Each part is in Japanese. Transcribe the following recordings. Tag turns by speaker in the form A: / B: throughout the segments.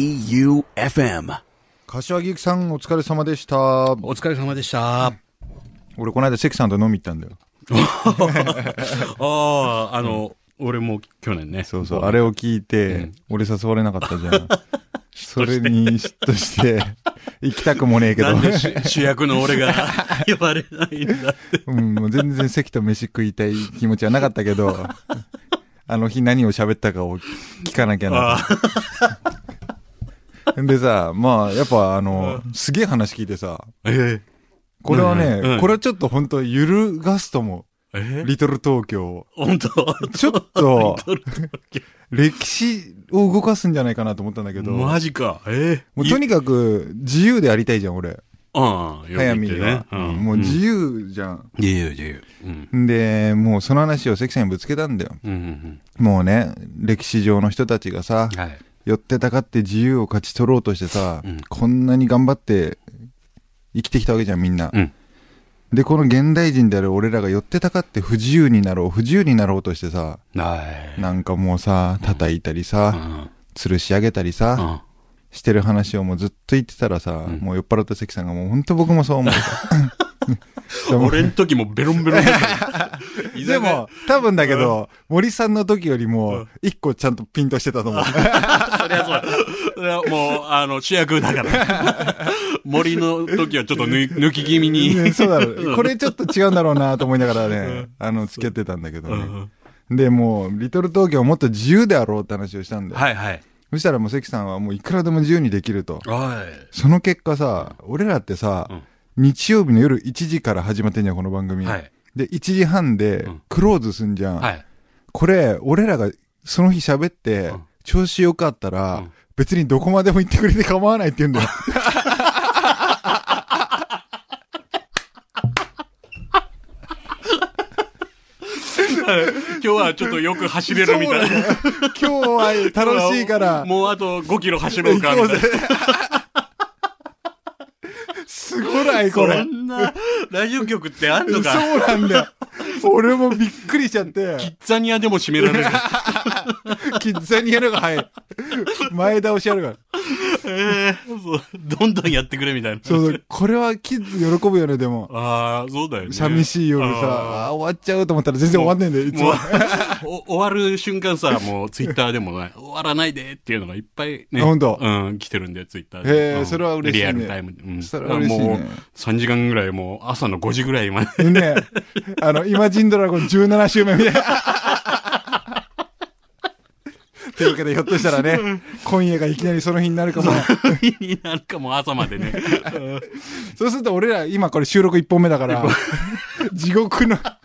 A: J-O-E-U-F-M
B: 柏木由紀さんお疲れ様でした。
A: お疲れ様でした。あ
B: 俺この間関さんと飲み行ったんだよ。
A: あ、あの、俺も去年ね。
B: そうそう、あれを聞いて、俺誘われなかったじ ゃん。それに嫉妬して、 行きたくもねえけど
A: な、んで主主役の俺 が呼ばれないんだって。
B: うん、もう全然関と飯食いたい気持ちはなかったけ ど、あの日何を喋ったかを聞かなきゃな
A: ああ
B: と。 でさ、まあやっぱあの、すげえ話聞いてさ、
A: え
B: これはね、
A: うん
B: これはちょっと本当揺るがすと思
A: え
B: う。
A: え
B: リトル東京を。
A: 本当
B: ちょっと、 歴史を動かすんじゃないかなと思ったんだけど、も
A: マジか。ええ
B: うとにかく自由でありたいじゃん、俺。
A: ああ、
B: 早見
A: 呼びに行
B: が
A: って、ね。
B: もう自
A: 由。
B: 由じゃん。
A: 自由、自由。うん。
B: で、もうその話を関さんにぶつけたんだよ。
A: うんうん
B: もうね、歴史上の人たちがさ
A: うん。、はい。
B: 寄ってたかって自由を勝ち取ろうとしてさ、
A: うん
B: こんなに頑張って生きてきたわけじゃん、みんな。
A: うん。
B: で、この現代人である俺らが寄ってたかって不自由になろう、不自由になろうとしてさ、
A: ない。
B: なんかもうさ、叩いたり
A: う
B: さ、
A: ん。
B: 吊るし上げたりさ、
A: うん
B: してる話をもうずっと言ってたらさ、
A: ん
B: もう酔っ払った関さんがもう本当僕もそ う思う。でも
A: 俺ん時もベロンベロンだ った。居酒
B: で
A: 屋
B: も、、多分だけど、森さんの時よりも、一個ちゃんとピンとしてた と思う。
A: そりゃそうだ。それはもう、あの、主役だから。 森の時はちょっと抜抜き気味に。
B: ねそうだろう。これちょっと違うんだろうなと思いながらね、あの、付き合ってたんだけど
A: う
B: ね。
A: ん
B: で、もう、リトル東京をもっと自由であろうって話をしたんだよ。
A: はいはい。
B: そしたらもう関さんはもういくらでも自由にできると。
A: はい。
B: その結果さ、俺らってさ、日曜日の夜1時から始まってんじゃん、この番組。
A: はい
B: で、1時半で
A: ん
B: クローズすんじゃん。
A: はい。
B: これ、俺らがその日喋って、調子良かったら、
A: ん
B: 別にどこまでも行ってくれて構わないって言うんだよ。
A: 今日はちょっとよく走れるみたいな。
B: 今日は楽しいから、
A: もうあと5キロ走ろうかみたいな。
B: すごないこ
A: こ
B: れ。
A: んなラジオ局ってあん
B: そ
A: の
B: う
A: か。
B: なんだよ。俺もびっくりしちゃって、
A: ザニアでも締められる。
B: キッザニアのが早い。前倒しやるから。
A: ええ そうどんどんやってくれみたいな。
B: そうそう、これはキッズ喜ぶよね、でも。
A: ああ、そうだよね。
B: 寂しい夜さ、あー終わっちゃうと思ったら全然終わんねえんだよ、いつ
A: も
B: も
A: う。、 お終わる瞬間さ、もうツイッターでも ね、終わらないでっていうのがいっぱいね。
B: あ本当
A: うん、来てるんで、ツイッター
B: へ
A: で。
B: え
A: うん
B: それは嬉しいね
A: リアルタイムで。うん。
B: それは嬉しいね
A: もう、3時間ぐらい、もう朝の5時ぐらいまで。
B: ねあの、イマジンドラゴン17周目みたいな。というわけで、ひょっとしたらね、今夜がいきなりその日になるかも。
A: に なるかも、朝まで ね。
B: そうすると俺ら、今これ収録1本目だから、地獄の、あ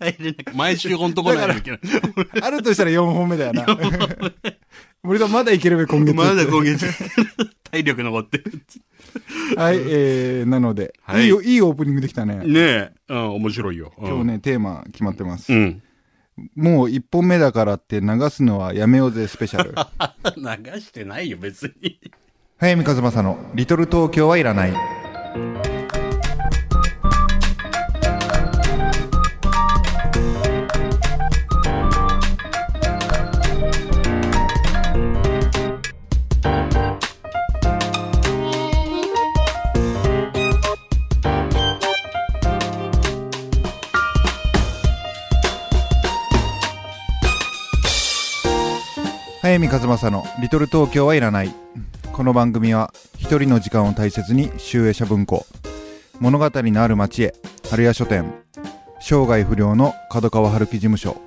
A: 帰れなく毎週ほんと来ないといけない。
B: るとしたら4本目だよな。森田まだいけるべ、今月。
A: まだ今月、体力残ってる。
B: はい、えー、なので、
A: はい
B: いいよ、いいオープニングできたね。
A: ねえ、うん、面白いよ。うん
B: 今日ね、テーマ決まってます。
A: うん。
B: もう1本目だからって流すのはやめようぜスペシ ャル。
A: 流してないよ、別に。
B: 早見和正の「リトル東京はいらない」早見和正の「リトル東京はいらない」この番組は一人の時間を大切に集英社文庫物語のある町へ春屋書店生涯不良の角川春樹事務所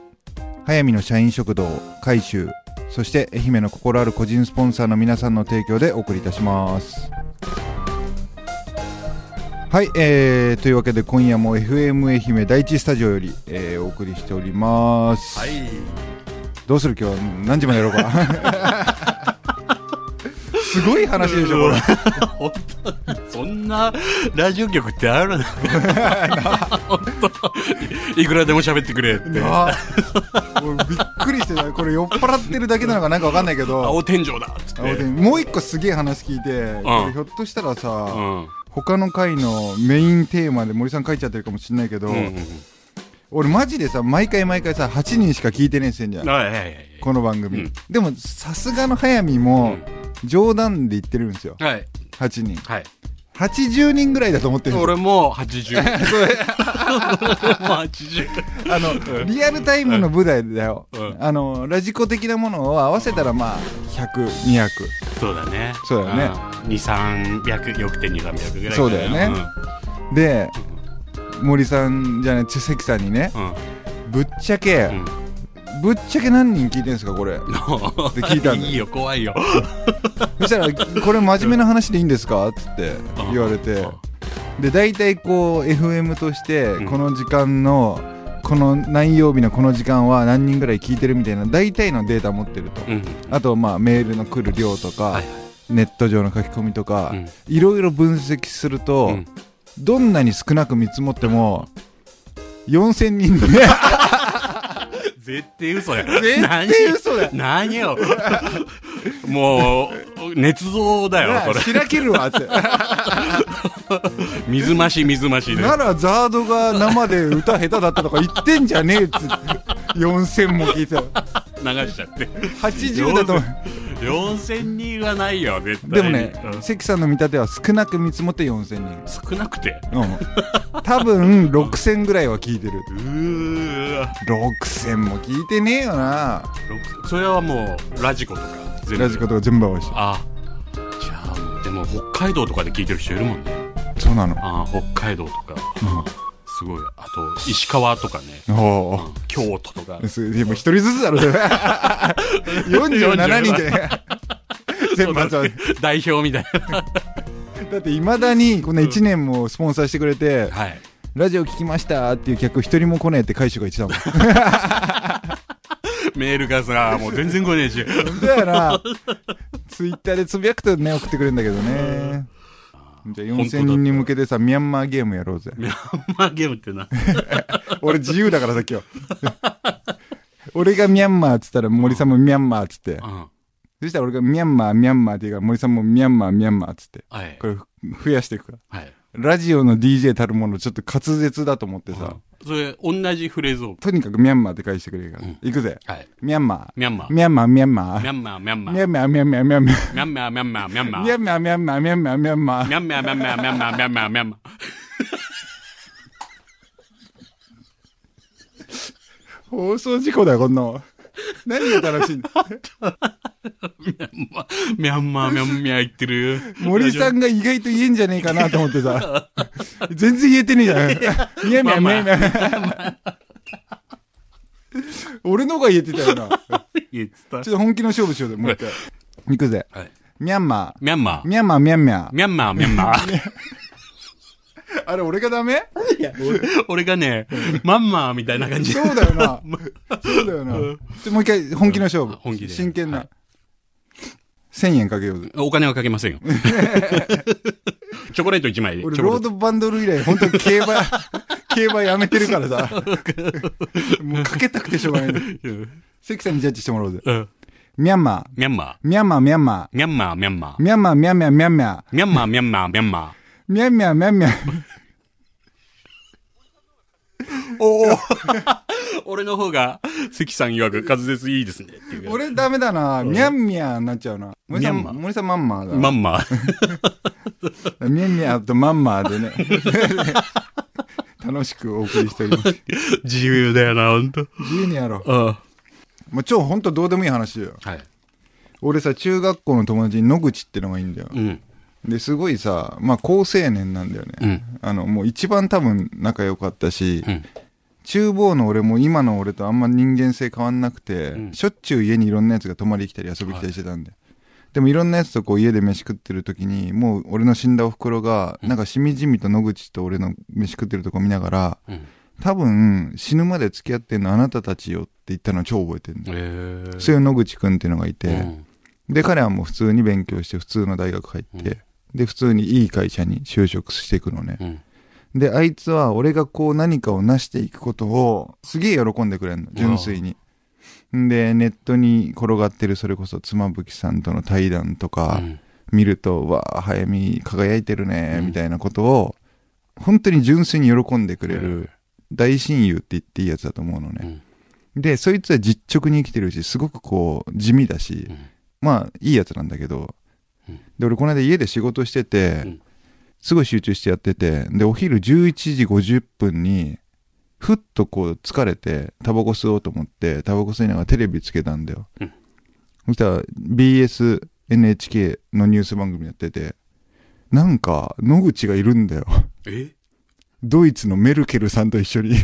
B: 早見の社員食堂改修そして愛媛の心ある個人スポンサーの皆さんの提供でお送りいたしますはい、えー、というわけで今夜も FM 愛媛第一スタジオより、えーお送りしております、
A: はい。
B: どうする今日何時までやろうか すごい話でしょこれ
A: 本当にそんなラジオ局ってあるの 本当いくらでも喋ってくれって
B: あ俺びっくりしてたこれ酔っ払ってるだけなのかなんかわかんないけど
A: 青天井だっつって
B: 青天もう一個すげえ話聞いてこれひょっとしたら
A: う
B: さ
A: ん
B: 他の回のメインテーマで森さん書いちゃってるかもしれないけど
A: うんうん
B: 俺マジでさ毎回毎回さ8人しか聞いてねえしてんじゃん
A: はいはいはい
B: この番組、
A: うん
B: でもさすがの速水も冗談で言ってるんですよ
A: はい。
B: 8人
A: はい。
B: 80人ぐらいだと思ってるんですよ
A: 俺も80。俺も80。
B: あのリアルタイムの舞台だよ、
A: うん
B: あのラジコ的なものを合わせたらまあ100200
A: そうだね。
B: そうだね
A: うん。2、300、よくて2、300ぐらいかな
B: そうだよねで森さんじゃない関さんにね
A: うん。うん
B: ぶっちゃけ、
A: うん
B: ぶっちゃけ何人聞いてんですか これて聞いたんだよ
A: いいよ、怖いよ。
B: そしたら「これ真面目な話でいいんですか?」っつって言われてで大体こう FM として
A: ん
B: この時間のこの何曜日のこの時間は何人ぐらい聞いてるみたいな大体のデータ持ってると、
A: うん。
B: あとまあメールの来る量とか、
A: はいはい
B: ネット上の書き込みとか、
A: うん
B: いろいろ分析すると、
A: うん
B: どんなに少なく見積もっても4000人で
A: 絶対嘘や。
B: 絶対嘘だよ
A: 何よ。もう、捏造だよ、これ。
B: 開けるわ って
A: 水増し、水増しで。
B: ならザードが生で歌下手だったとか言ってんじゃねえっつって4000も聞いてた
A: 流しちゃって。
B: 80だと思う
A: 4000人はないよ、絶対に。
B: でもね、
A: うん
B: 関さんの見立ては少なく見積もって4000人
A: 少なくて。
B: うん、多分6000ぐらいは聞いてる
A: うーわ。
B: 6000も聞いてねえよな
A: ろくそれはもう、ラジコとか。全部
B: ラジコとか全部合わせて
A: あ、じゃあもう、でも北海道とかで聞いてる人いるもんね。
B: そうなの
A: あ北海道とか。すごい。あと、石川とかね。
B: おー
A: 京都とか。
B: すでも一人ずつだろそれ47人で ね全部集まる
A: 代表みたいな。
B: だっていまだにこんな1年もスポンサーしてくれて
A: はい。
B: 「ラジオ聞きました」っていう客一人も来ねえって会社が言ってたもん
A: メールがさ、 もう全然来ねえし。
B: 本当やなツイッターでつぶやくとね送ってくれるんだけどねじゃあ4000人に向けてさミャンマーゲームやろうぜ
A: ミャンマーゲームってな。
B: 俺自由だからさ今日 俺がミャンマーっつったら森さんもミャンマーっつって
A: うん。
B: そしたら俺がミャンマーミャンマーって言うから森さんもミャンマーミャンマーっつって
A: はい
B: こ。れふ増やしていくから
A: はい。
B: ラジオの DJ たるものちょっと滑舌だと思ってさ、
A: それ、同じフレーズを。
B: とにかくミャンマーって返してくれるから、行くぜ
A: はい。
B: ミャンマ
A: ミャンマ
B: ー
A: ー。
B: ミャンマーミャンマ
A: ミ
B: ー
A: ャンマー、ミャンマー。
B: ミ
A: ミ
B: ャンマーミャンマーミャンマー
A: ャンマー、ミャンマー、ミャンマー。
B: ミャンマーミャンマー
A: ミャンマー、ミャンマー、ミャンマー、ミャ
B: ミャンマーミャンマー
A: ンマー、ミャンマ
B: 放送事故だよこんなの何が楽 しいんだ
A: ー。ミャン マー、ミャンマー、ミャンマー言ってる。
B: 森さんが意外と言えんじゃねえかなと思ってさ 全然言えてねえじゃんミャンマーミャンマー俺の方が言えてた よな
A: 言ってた
B: ちょっと本気の勝負しようぜもう一回行くぜ
A: はい。
B: ミャンマ
A: ミャンマー
B: ー。ミャンマーミャンマー
A: ミャンマー、ミャンマー。
B: あれ俺がダメ
A: 俺がね、マンマーみたいな感じ。
B: そうだよな。そうだよな。ちょもう一回、本気の勝負。
A: 本気で
B: 真剣
A: は
B: な。1000円かけようぜ。
A: お金はかけませんよ。 チョコレート1枚で。
B: 俺、
A: チョコレ
B: ロー
A: ート
B: ドバンドル以来、本当に競 馬、競馬やめてるから さ。もうかけたくてしょうがない。
A: うん
B: 関さんにジャッジしてもらおうぜ。
A: うん
B: ミャンマ
A: ミャンマー。
B: ー、ミャンマー、ミャンマ
A: ミャンマー、ミャンマ
B: ー、
A: ー。
B: ミャンマー、ミャンマー、ミャンマ
A: ミャンマー、ミャンマー、ミャンマ
B: ー、ミャンマー、ミャンマー。おお
A: ー。 俺の方が、関さん曰く滑舌いいですね。っていう
B: 俺ダメだな。ミャンミャーになっちゃうな。森さん、
A: ミャンマー
B: 森さんマンマーだ。
A: マンマ ー。
B: ミャンミャーとマンマーでね。 楽しくお送りしております。
A: 自由だよな、ほんと。
B: 自由にやろう。
A: うん。は
B: もう超ほんとどうでもいい話よ。
A: い。
B: 俺さ、中学校の友達に野口ってのがいいんだよ。
A: うん。
B: で、すごいさ、まあ高青年なんだよね。
A: うん
B: あの、もう一番多分仲良かったし、
A: うん。
B: 厨房の俺も今の俺とあんま人間性変わんなくて、
A: ん
B: しょっちゅう家にいろんなやつが泊まり来たり遊び来たりしてたんで。でもいろんなやつとこう家で飯食ってる時に、もう俺の死んだお袋が、なんかしみじみと野口と俺の飯食ってるとこ見ながら、
A: うん。
B: 多分死ぬまで付き合ってんのあなたたちよって言ったのを超覚えてるんだ
A: え
B: よ。
A: ー。
B: そういう野口くんっていうのがいて、
A: うん
B: で、彼はもう普通に勉強して、普通の大学入って、で、普通にいい会社に就職していくのね。
A: うん。
B: で、あいつは俺がこう何かを成していくことを、すげえ喜んでくれるの、純粋に。んで、ネットに転がってる、それこそ妻夫木さんとの対談と
A: う
B: か、
A: ん
B: 見ると、わあ、早見輝いてるね、みたいなことを、本当に純粋に喜んでくれる大親友って言っていいやつだと思うのね。で、そいつは実直に生きてるし、すごくこう、地味だし、
A: うん
B: まあ、いいやつなんだけど
A: うん、
B: で、俺この間家で仕事してて、
A: うん
B: すごい集中してやってて、で、お昼11時50分に、ふっとこう疲れて、タバコ吸おうと思って、タバコ吸いながらテレビつけたんだよ。
A: うん
B: そしたら BS、NHK のニュース番組やってて、なんか、野口がいるんだよ。
A: え
B: ドイツのメルケルさんと一緒に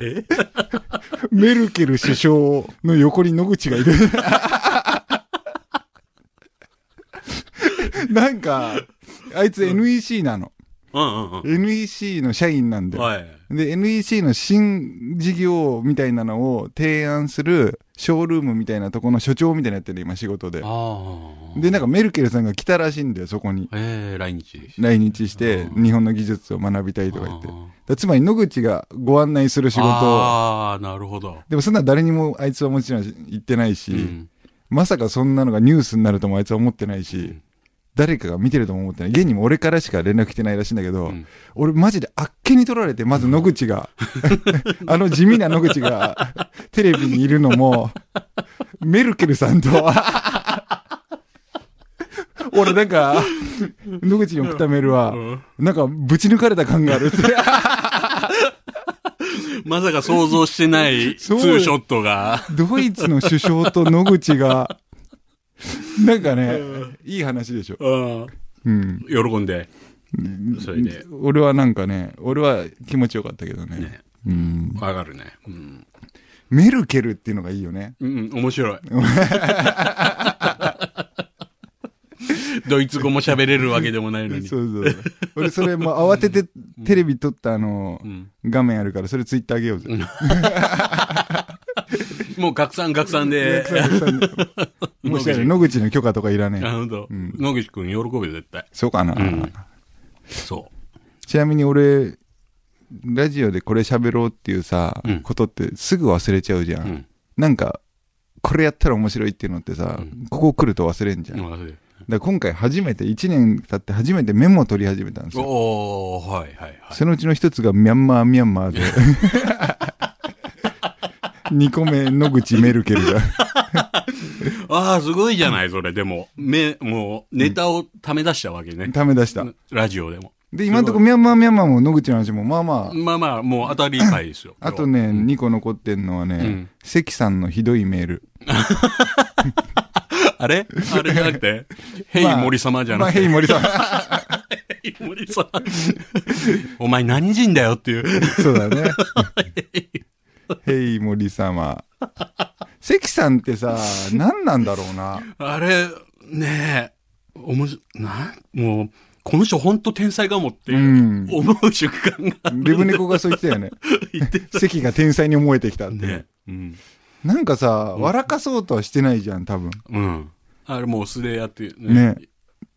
A: え
B: メルケル首相の横に野口がいるなんかあいつ NEC なの、
A: うんうんう
B: NEC の社員なん
A: ん。
B: だよ、
A: はい。
B: で NEC の新事業みたいなのを提案するショールームみたいなとこの所長みたいなのやってる今仕事で
A: ああ。
B: でなんかメルケルさんが来たらしいんだよそこに
A: えー、来日。
B: 来日して
A: うん
B: 日本の技術を学びたいとか言って
A: あ
B: だ
A: ー
B: からつまり野口がご案内する仕事を
A: ああ、なるほど。
B: でもそんな誰にもあいつはもちろん言ってないし、
A: うん。
B: まさかそんなのがニュースになるともあいつは思ってないし、
A: うん
B: 誰かが見てるとも思ってない。現にも俺からしか連絡来てないらしいんだけど、
A: うん
B: 俺マジであっけに取られて、まず野口 が、あの地味な野口がテレビにいるのも、メルケルさんと、 俺なんか、野口に送ったメールは、なんかぶち抜かれた感があるって。
A: まさか想像してないツ
B: そう
A: ーショットが。
B: ドイツの首相と野口が、なんかね、いい話でしょ。
A: うん。
B: うん。
A: 喜んで。それで。
B: 俺はなんかね、俺は気持ちよかったけどね。
A: ね。
B: うん。
A: わかるね。うん。
B: メルケルっていうのがいいよね。
A: うん、面 白い。ドイツ語も喋れるわけでもない
B: そ
A: の
B: う
A: に。
B: そうそう。俺それもう慌ててテレビ撮ったあの
A: う、ん。
B: 画面あるから、それツイッターあげようぜ。
A: もう拡散拡散 で。
B: もしかしたら野口の許可とかいらね
A: な
B: え。
A: るほど。
B: ん
A: 野口くん喜ぶよ、絶対。
B: そうかな。
A: うんそ
B: ちなみに俺、ラジオでこれ喋ろうっていうさ、
A: うん
B: ことってすぐ忘れちゃうじゃ
A: う。うん。
B: なんか、これやったら面白いっていうのってさ、
A: うん
B: ここ来ると忘れんじゃん。だか
A: わかる
B: ら今回初めて、1年経って初めてメモを取り始めたんですよ。
A: おー、はいはいはい。
B: そのうちの一つがミャンマーミャンマーで。2個目、野口メルケルが。
A: ああ、すごいじゃない、それ。でも、め、もう、ネタをため出したわけね。
B: ため出した。
A: ラジオでも。
B: で、今のところミャンマーミャンマーも野口の話も、まあまあ、
A: まあまあ、もう当たり前ですよ。
B: あとね、2個残ってんのはね、
A: ん
B: 関さんのひどいメール。
A: あれあれじゃなくて、ヘイ
B: まあ
A: 森様じゃ
B: まあ、
A: なく
B: ヘ
A: て、
B: イ森さん。
A: ヘイ森 様。お前何人だよっていう。
B: そうだね。ヘイ森様。関さんってさ、何なんだろうな。
A: あれ、ねえ、おもし、なん、もう、この人本当天才かもって
B: う
A: いう、
B: ん。
A: 思う瞬間が
B: デブ猫がそう言ってたよね。
A: 言って
B: 関が天才に思えてきたって。
A: ね。うん。
B: なんかさ、笑かそうとはしてないじゃん、多分。
A: うん。あれもう素でやってね
B: ね。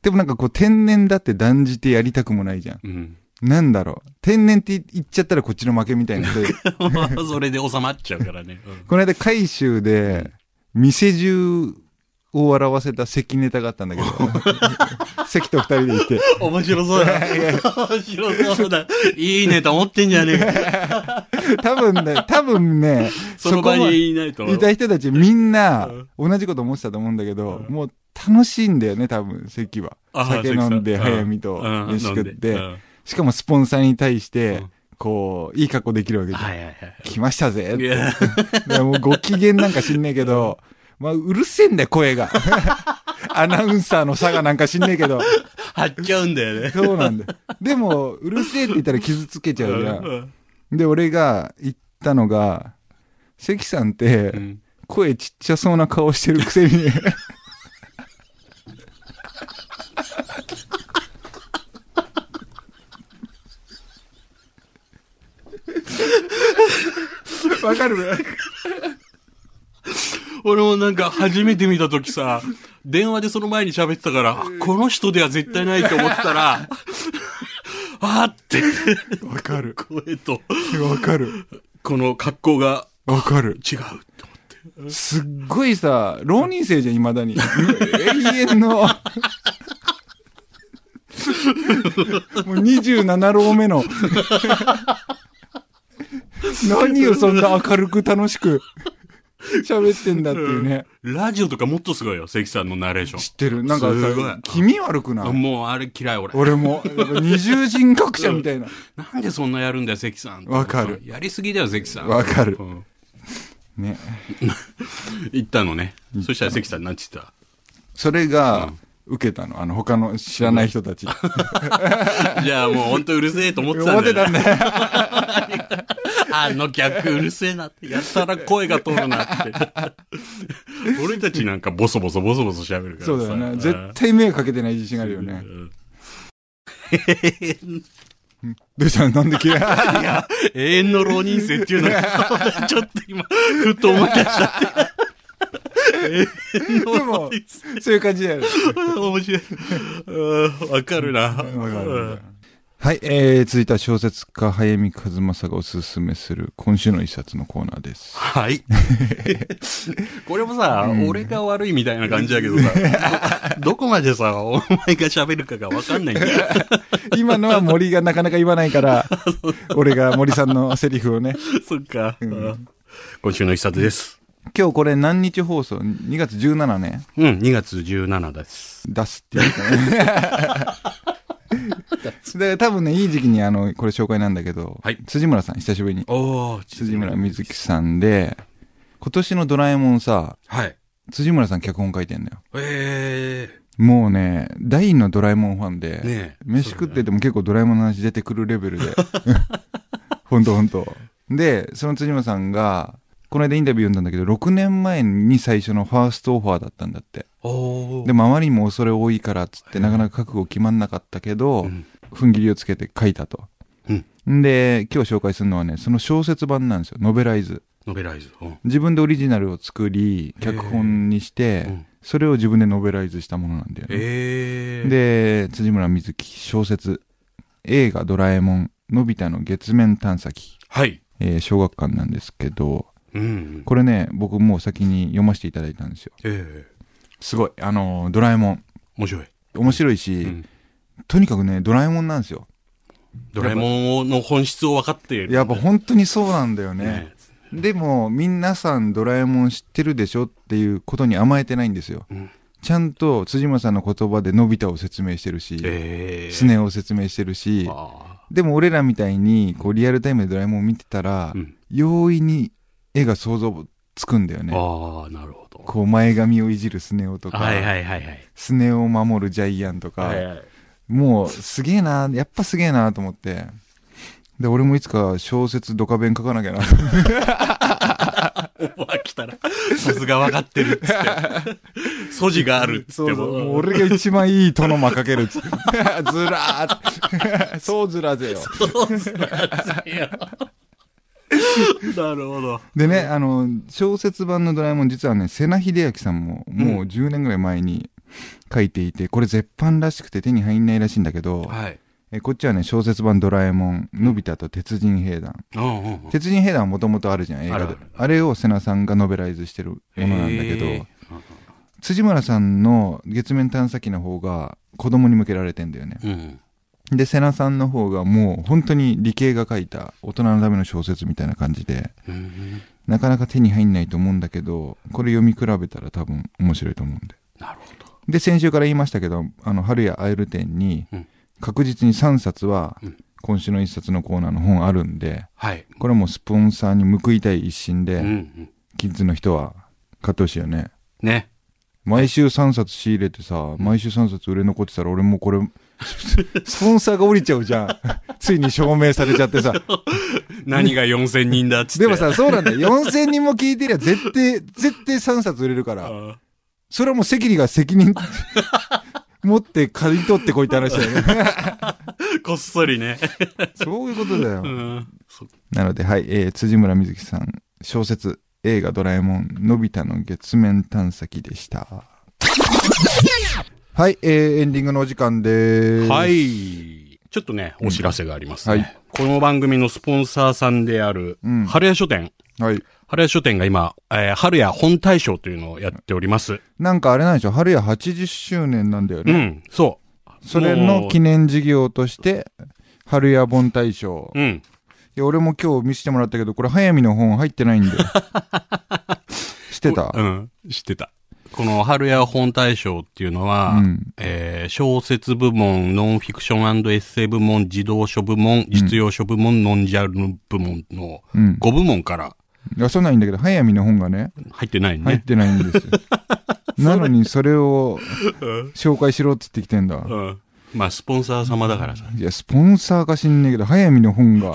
B: でもなんかこう、天然だって断じてやりたくもないじゃん。
A: うん。
B: なんだろう。天然って言っちゃったらこっちの負けみたい な。で
A: まあそれで収まっちゃうからね。
B: この間、海州で、店中を笑わせた関ネタがあったん だけど、関と二人で行って、
A: うん面白そうだ。 面白そうだ。いいねと思ってんじゃねえか。
B: 多分ね、多分ね、
A: その
B: こ
A: 場
B: まで
A: にいないと。
B: いた人たちみんな
A: うん
B: 同じこと思ってたと思うんだけど、もう楽しいんだよね、多分、関は。
A: あ
B: 酒飲んで、
A: 関さん
B: 早見と
A: うん
B: 飯食
A: 飲ん
B: っ
A: でう
B: て、
A: ん
B: しかもスポンサーに対して
A: うん、
B: こう、いい格好できるわけじゃん。
A: はいはいはい。
B: 来ましたぜっ
A: い
B: て。
A: や
B: でもうご機嫌なんか知んねえけど、まあ、うるせえんだよ、声が。 アナウンサーの差がなんか知んねえけど、
A: 貼っちゃうんだよね。
B: そうなんだよ。でも、うるせえって言ったら傷つけちゃうじゃん。で、俺が言ったのが、関さんって、
A: うん
B: 声ちっちゃそうな顔してるくせに。わかる
A: 俺もなんか初めて見た時さ、電話でその前に喋ってたから、あこの人では絶対ないと思ってた ら、あーって、
B: わかる。
A: 声と、
B: わかる。
A: この格好が
B: わか
A: 違
B: る。
A: うって思って。
B: すっごいさ、浪人生じゃん、未だに。永遠の。もう27浪目の。何をそんな明るく楽しく喋ってんだっていうね。
A: ラジオとかもっとすごいよ、関さんのナレーション
B: 知ってるなんか
A: すごい
B: さ、気味悪くな
A: あ。
B: い
A: もうあれ嫌い、俺。
B: 俺も、なんか二重人格者みたいな。
A: なんでそんなやるんだよ、関さん。
B: わかる
A: やりすぎだよ、関さん。
B: わかる
A: うん
B: ね。
A: 行ったのね。そしたら関さん、なんて言っ
B: それが、受けたの。あの、他の知らない人たち。
A: たじゃあもう本当うるせえと思ってた
B: 思
A: ん
B: っ
A: だ
B: て
A: よ
B: た
A: ね。
B: んだよ。
A: あの逆うるせえなって。やったら声が通るな って。俺たちなんかボソボソボソボソ喋るからさ。
B: そうだよね。絶対迷惑かけてない自信があるよね。
A: うん
B: どうしたのなんで 嫌い
A: いや、永遠の浪人生っていうのが、 ちょっと今、ふっと思い出しちゃって。永遠の浪人生。
B: そういう感じだよね。
A: 面白い。うんわかるな。
B: わかるわかるはい、えー、続いては小説家、早見和正がおすすめする今週の一冊のコーナ ーです。
A: はい。これもさ、俺が悪いみたいな感じだけどさ、どこまでさ、お前が喋るかがわかんないんだよ。
B: 今のは森がなかなか言わないから、 俺が森さんのセリフをね。
A: そっか。今週の一冊です。
B: 今日これ何日放送 ?2 月17ね。
A: うん、2月17です。
B: 出すっていうか ね。で多分ね、いい時期にあの、これ紹介なんだけど、
A: はい
B: 辻村さん、久しぶりに。
A: おー、
B: 辻村瑞希さんで、今年のドラえもんさ、
A: はい。
B: 辻村さん脚本書いてんだよ。
A: え
B: もうね、第二のドラえもんファンで、
A: ー、ねえ。
B: 飯食ってても結構ドラえもんの話出てくるレベルで。 ほんとほんと。で、その辻村さんが、この間インタビュー読んだんだけど、6年前に最初のファーストオファーだったんだって。
A: おー。
B: で、周りにも恐れ多いからっつって、なかなか覚悟決まんなかったけど、
A: うん
B: 踏ん切りをつけて書いたと。で、今日紹介するのはね、その小説版なんですよ。ノベライズ。
A: ノベライズ。うん
B: 自分でオリジナルを作り、
A: へー
B: 脚本にして、
A: うん
B: それを自分でノベライズしたものなんだよね。
A: えー。、
B: で、辻村瑞希小説、映画ドラえもん、のび太の月面探査機、
A: はい。
B: えー小学館なんですけど、
A: うん。
B: これね、僕もう先に読ませていただいたんですよ。
A: えー、
B: すごい、あのードラえもん、
A: 面白い。
B: 面白いし、
A: うん
B: とにかくね、ドラえもんなんですよ。
A: ドラえもんの本質を分かっている。
B: やっぱ本当にそうなんだよね。
A: ね
B: でも、皆さんドラえもん知ってるでしょっていうことに甘えてないんですよ。
A: うん
B: ちゃんと辻村さんの言葉でのび太を説明してるし、
A: えー。
B: スネ夫を説明してるし、
A: あ
B: でも俺らみたいにこうリアルタイムでドラえもんを見てたら、
A: ーうん
B: 容易に絵が想像つくんだよね。
A: あー、なるほど。
B: こう前髪をいじるスネ夫とか、
A: はいはいはいはい。
B: スネ夫を守るジャイアンとか、
A: はいはい
B: もうすげえな、やっぱすげえなと思って。で、俺もいつか小説ドカ弁書かなき ゃな。
A: オファー来たら、さすが分かってるっつ って。素地があるっつっ
B: そう
A: て
B: そう。もう
A: も。
B: 俺が一番いい殿間かけるっつって。 ずらー っそうずらぜよ。
A: なるほど。
B: でね、あの、小説版のドラえもん、実はね、瀬名秀明さんも、もう10年ぐらい前に書いていて、これ絶版らしくて手に入んないらしいんだけど、
A: はい。
B: えこっちはね、小説版ドラえもん、のび太と鉄人兵団。
A: うんうんうん。
B: 鉄人兵団はもともとあるじゃん、映画で。
A: あ
B: あ
A: るある
B: れを瀬名さんがノベライズしてるものなんだけど、
A: へー
B: 辻村さんの月面探査機の方が子供に向けられてんだよね。
A: うん。
B: で、瀬名さんの方がもう本当に理系が書いた大人のための小説みたいな感じで、
A: うん
B: なかなか手に入んないと思うんだけど、これ読み比べたら多分面白いと思うんで。
A: なるほど。
B: で、先週から言いましたけど、あの、春やアイル展に
A: うん、
B: 確実に3冊は
A: うん、
B: 今週の1冊のコーナーの本あるんで、
A: はい。
B: これはもうスポンサーに報いたい一心で、
A: うんうん。
B: キッズの人は買ってほしいよね。
A: ね。
B: 毎週3冊仕入れてさ、毎週3冊売れ残ってたら俺もこれ、 スポンサーが降りちゃうじゃん。 ついに証明されちゃってさ。
A: 何が4000人だっつって。
B: でも、さ、そうなんだよ。4000人も聞いてりゃ絶対、絶対3冊売れるから。それはもう責任が責任 持って借り取ってこいって話だよね。
A: こっそりね。
B: そういうことだよ。
A: うん。
B: なので、はい、えー辻村瑞希さん、小説、映画ドラえもん、のび太の月面探査機でした。はい、えーエンディングのお時間です。
A: は。い。ちょっとね、お知らせがありますね。
B: うんはい
A: この番組のスポンサーさんである、
B: うん
A: 春屋書店。
B: はい。
A: 春屋書店が今、えー春屋本大賞というのをやっております。
B: なんかあれなんでしょ春屋80周年なんだよ
A: う
B: ね。
A: ん、そ
B: それ
A: も
B: の
A: う
B: 記念事業として、春屋本大賞
A: う。うん。
B: いや俺も今日見せてもらったけどこれ早見の本入ってない んだよ知ってた
A: うん、知ってた。この春屋本大賞っていうのは、
B: うん
A: えー小説部門、ノンフィクションエッセイ部門、児童書部門、実用書部門、ノンジャンル部門の
B: うん
A: 5部門から
B: 出さないんだけど早見の本がね
A: 入ってないね。
B: 入ってないん ですよなのにそれを紹介しろっつってきてんだ
A: うん。まあ、スポンサー様だからさ。
B: いやスポンサーか知んねえけど早見の本が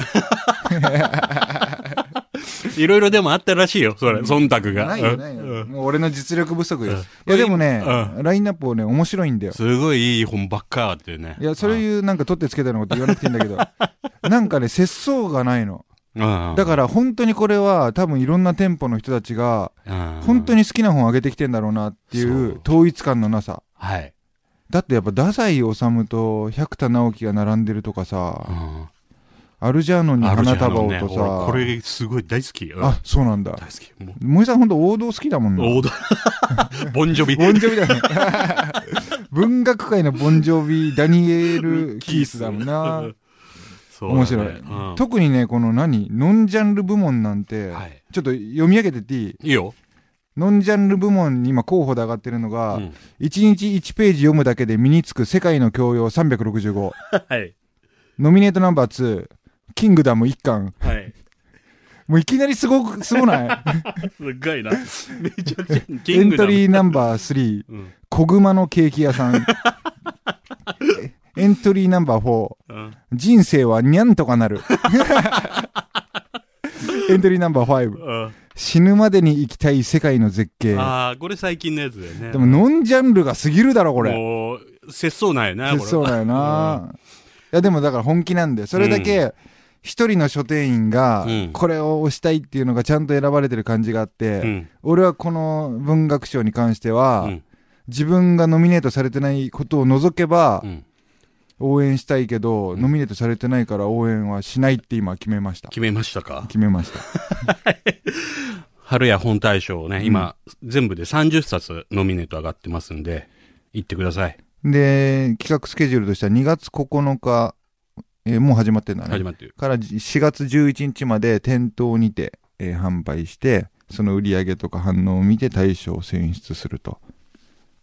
A: いろいろでもあったらしいよ、それ、忖度 が。
B: ないよ
A: うん
B: ないよ、
A: うん
B: もう俺の実力不足です、
A: うん
B: いやでもね、
A: う
B: ラインナップをね面白いんだよ
A: すごいいい本ばっかっていうね。
B: いやそれ言うなんか取ってつけたようなこと言わなくていいんだけどなんかね節操がないの
A: うん、
B: だから本当にこれは多分いろんな店舗の人たちが
A: ら
B: 本当
A: に。
B: に好きな本を上げてきてんだろうなってい
A: そう
B: う統一感のなさ
A: はい。
B: だってやっぱ太宰治と百田尚樹が並んでるとかさ、
A: うん
B: アルジャーノンに
A: あるじゃ
B: 花
A: ん
B: 束を
A: あ
B: と
A: のね
B: さ、
A: 俺これすごい大好き。うん
B: あそうなんだ
A: 大好き。もう
B: 森さん本当王道好きだもんな
A: オーダー、ボンジョビ。
B: ボンジョビだよね 文学界のボンジョビダニエル・キースだもんな
A: そうだね
B: 面白い
A: うん
B: 特にねこの何ノンジャンル部門なんて、
A: はい。
B: ちょっと読み上げてっていい
A: いいよ。
B: ノンジャンル部門に今候補で上がってるのが、
A: うん
B: 1日1ページ読むだけで身につく世界の教養365。
A: はい。
B: ノミネートナンバー2、キングダム1巻。
A: はい。
B: もういきなりすごく、す ごない
A: すっごいな。めちゃくちゃ、キ
B: エ
A: ン
B: ン
A: グダム
B: トリーナンバー3、
A: うん
B: 小熊のケーキ屋さん。エントリーナンバー4、
A: うん
B: 人生はにゃんとかな る。エントリーナンバー
A: う
B: 5、
A: ん
B: 死ぬまでに行きたい世界の絶景。
A: ああ、これ最近のやつだよね。
B: でも、ノンジャンルが過ぎるだろ、これ。
A: もう、節操ないな、これ。
B: そうだよな。いや、でもだから本気なんで、それだけ、一人の書店員が
A: うん、
B: これを推したいっていうのがちゃんと選ばれてる感じがあって、
A: うん。
B: 俺はこの文学賞に関して
A: う
B: は、
A: ん。
B: 自分がノミネートされてないことを除けば
A: う、ん。
B: 応援したいけど、
A: ん
B: ノミネートされてないから応援はしないって今決めました。
A: 決めましたか
B: 決めました。
A: 春や本大賞をね、今、全部で30冊ノミネート上がってますんで、行ってください。
B: で、企画スケジュールとしては2月9日、えーもう始まってんだね。
A: 始まってる。
B: からじ4月11日まで店頭にて、えー販売してその売り上げとか反応を見て大賞を選出すると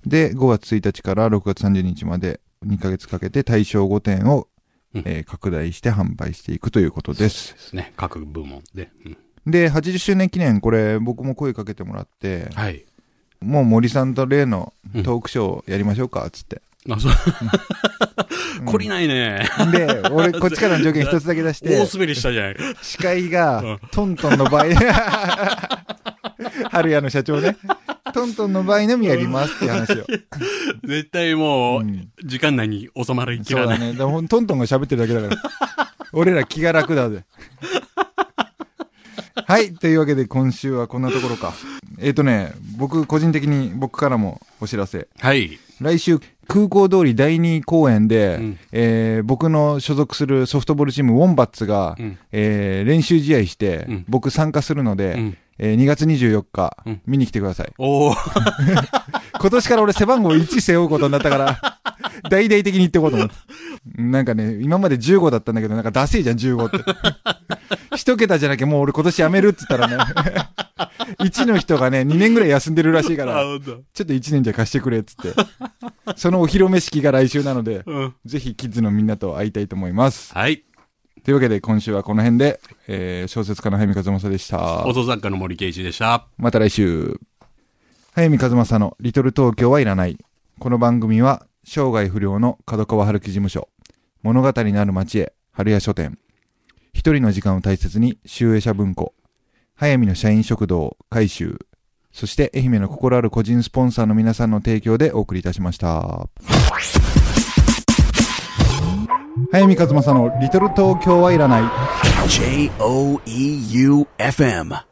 B: で5月1日から6月30日まで2ヶ月かけて大賞5点を、
A: うん
B: えー拡大して販売していくということです
A: ですね。各部門で。うん
B: で80周年記念これ僕も声かけてもらって
A: はい。
B: もう森さんと例の
A: うん
B: トークショーやりましょうかっつって、
A: あ、そう。 懲りないね。
B: で俺こっちからの条件一つだけ出して
A: 大滑りしたじゃない。
B: 司会
A: うん
B: がトントンの場合春屋の社長ねトントンの場合のみやりますっていう話を、
A: 絶対も
B: う
A: う、
B: ん
A: 時間内に収まりき
B: そう
A: らな
B: だ
A: い。
B: ねだからほんトントンが喋ってるだけだから俺ら気が楽だぜはいというわけで今週はこんなところかえっ、とね僕個人的に僕からもお知らせ
A: はい。
B: 来週空港通り第2公演で、
A: うん
B: えー僕の所属するソフトボールチームウォンバッツが、
A: うん
B: えー練習試合して、
A: うん
B: 僕参加するので、
A: うん
B: えー2月24日、
A: うん
B: 見に来てください。
A: おー
B: 今年から俺背番号1背負うことになった から、大々的に言ってこうと思って。なんかね、今まで15だったんだけど、なんかダセえじゃん、15って。一桁じゃなきゃもう俺今年やめるって言ったらね、1の人がね、2年ぐらい休んでるらしいか
A: あ、
B: ら、
A: ほんと
B: ちょっと1年じゃ貸してくれっつって。 そのお披露目式が来週なので、
A: うん。
B: ぜひキッズのみんなと会いたいと思います。
A: はい。
B: というわけで今週はこの辺で、えー小説家の早見和正でした。
A: 放送作家の森圭一でした。
B: また来週。早見和正のリトル東京はいらない。この番組は、生涯不良の角川春樹事務所、物語のある街へ、春屋書店、一人の時間を大切に、集英社文庫、早見の社員食堂、改修、そして愛媛の心ある個人スポンサーの皆さんの提供でお送りいたしました。早見和正のリトル東京はいらない。
C: J O E U F M.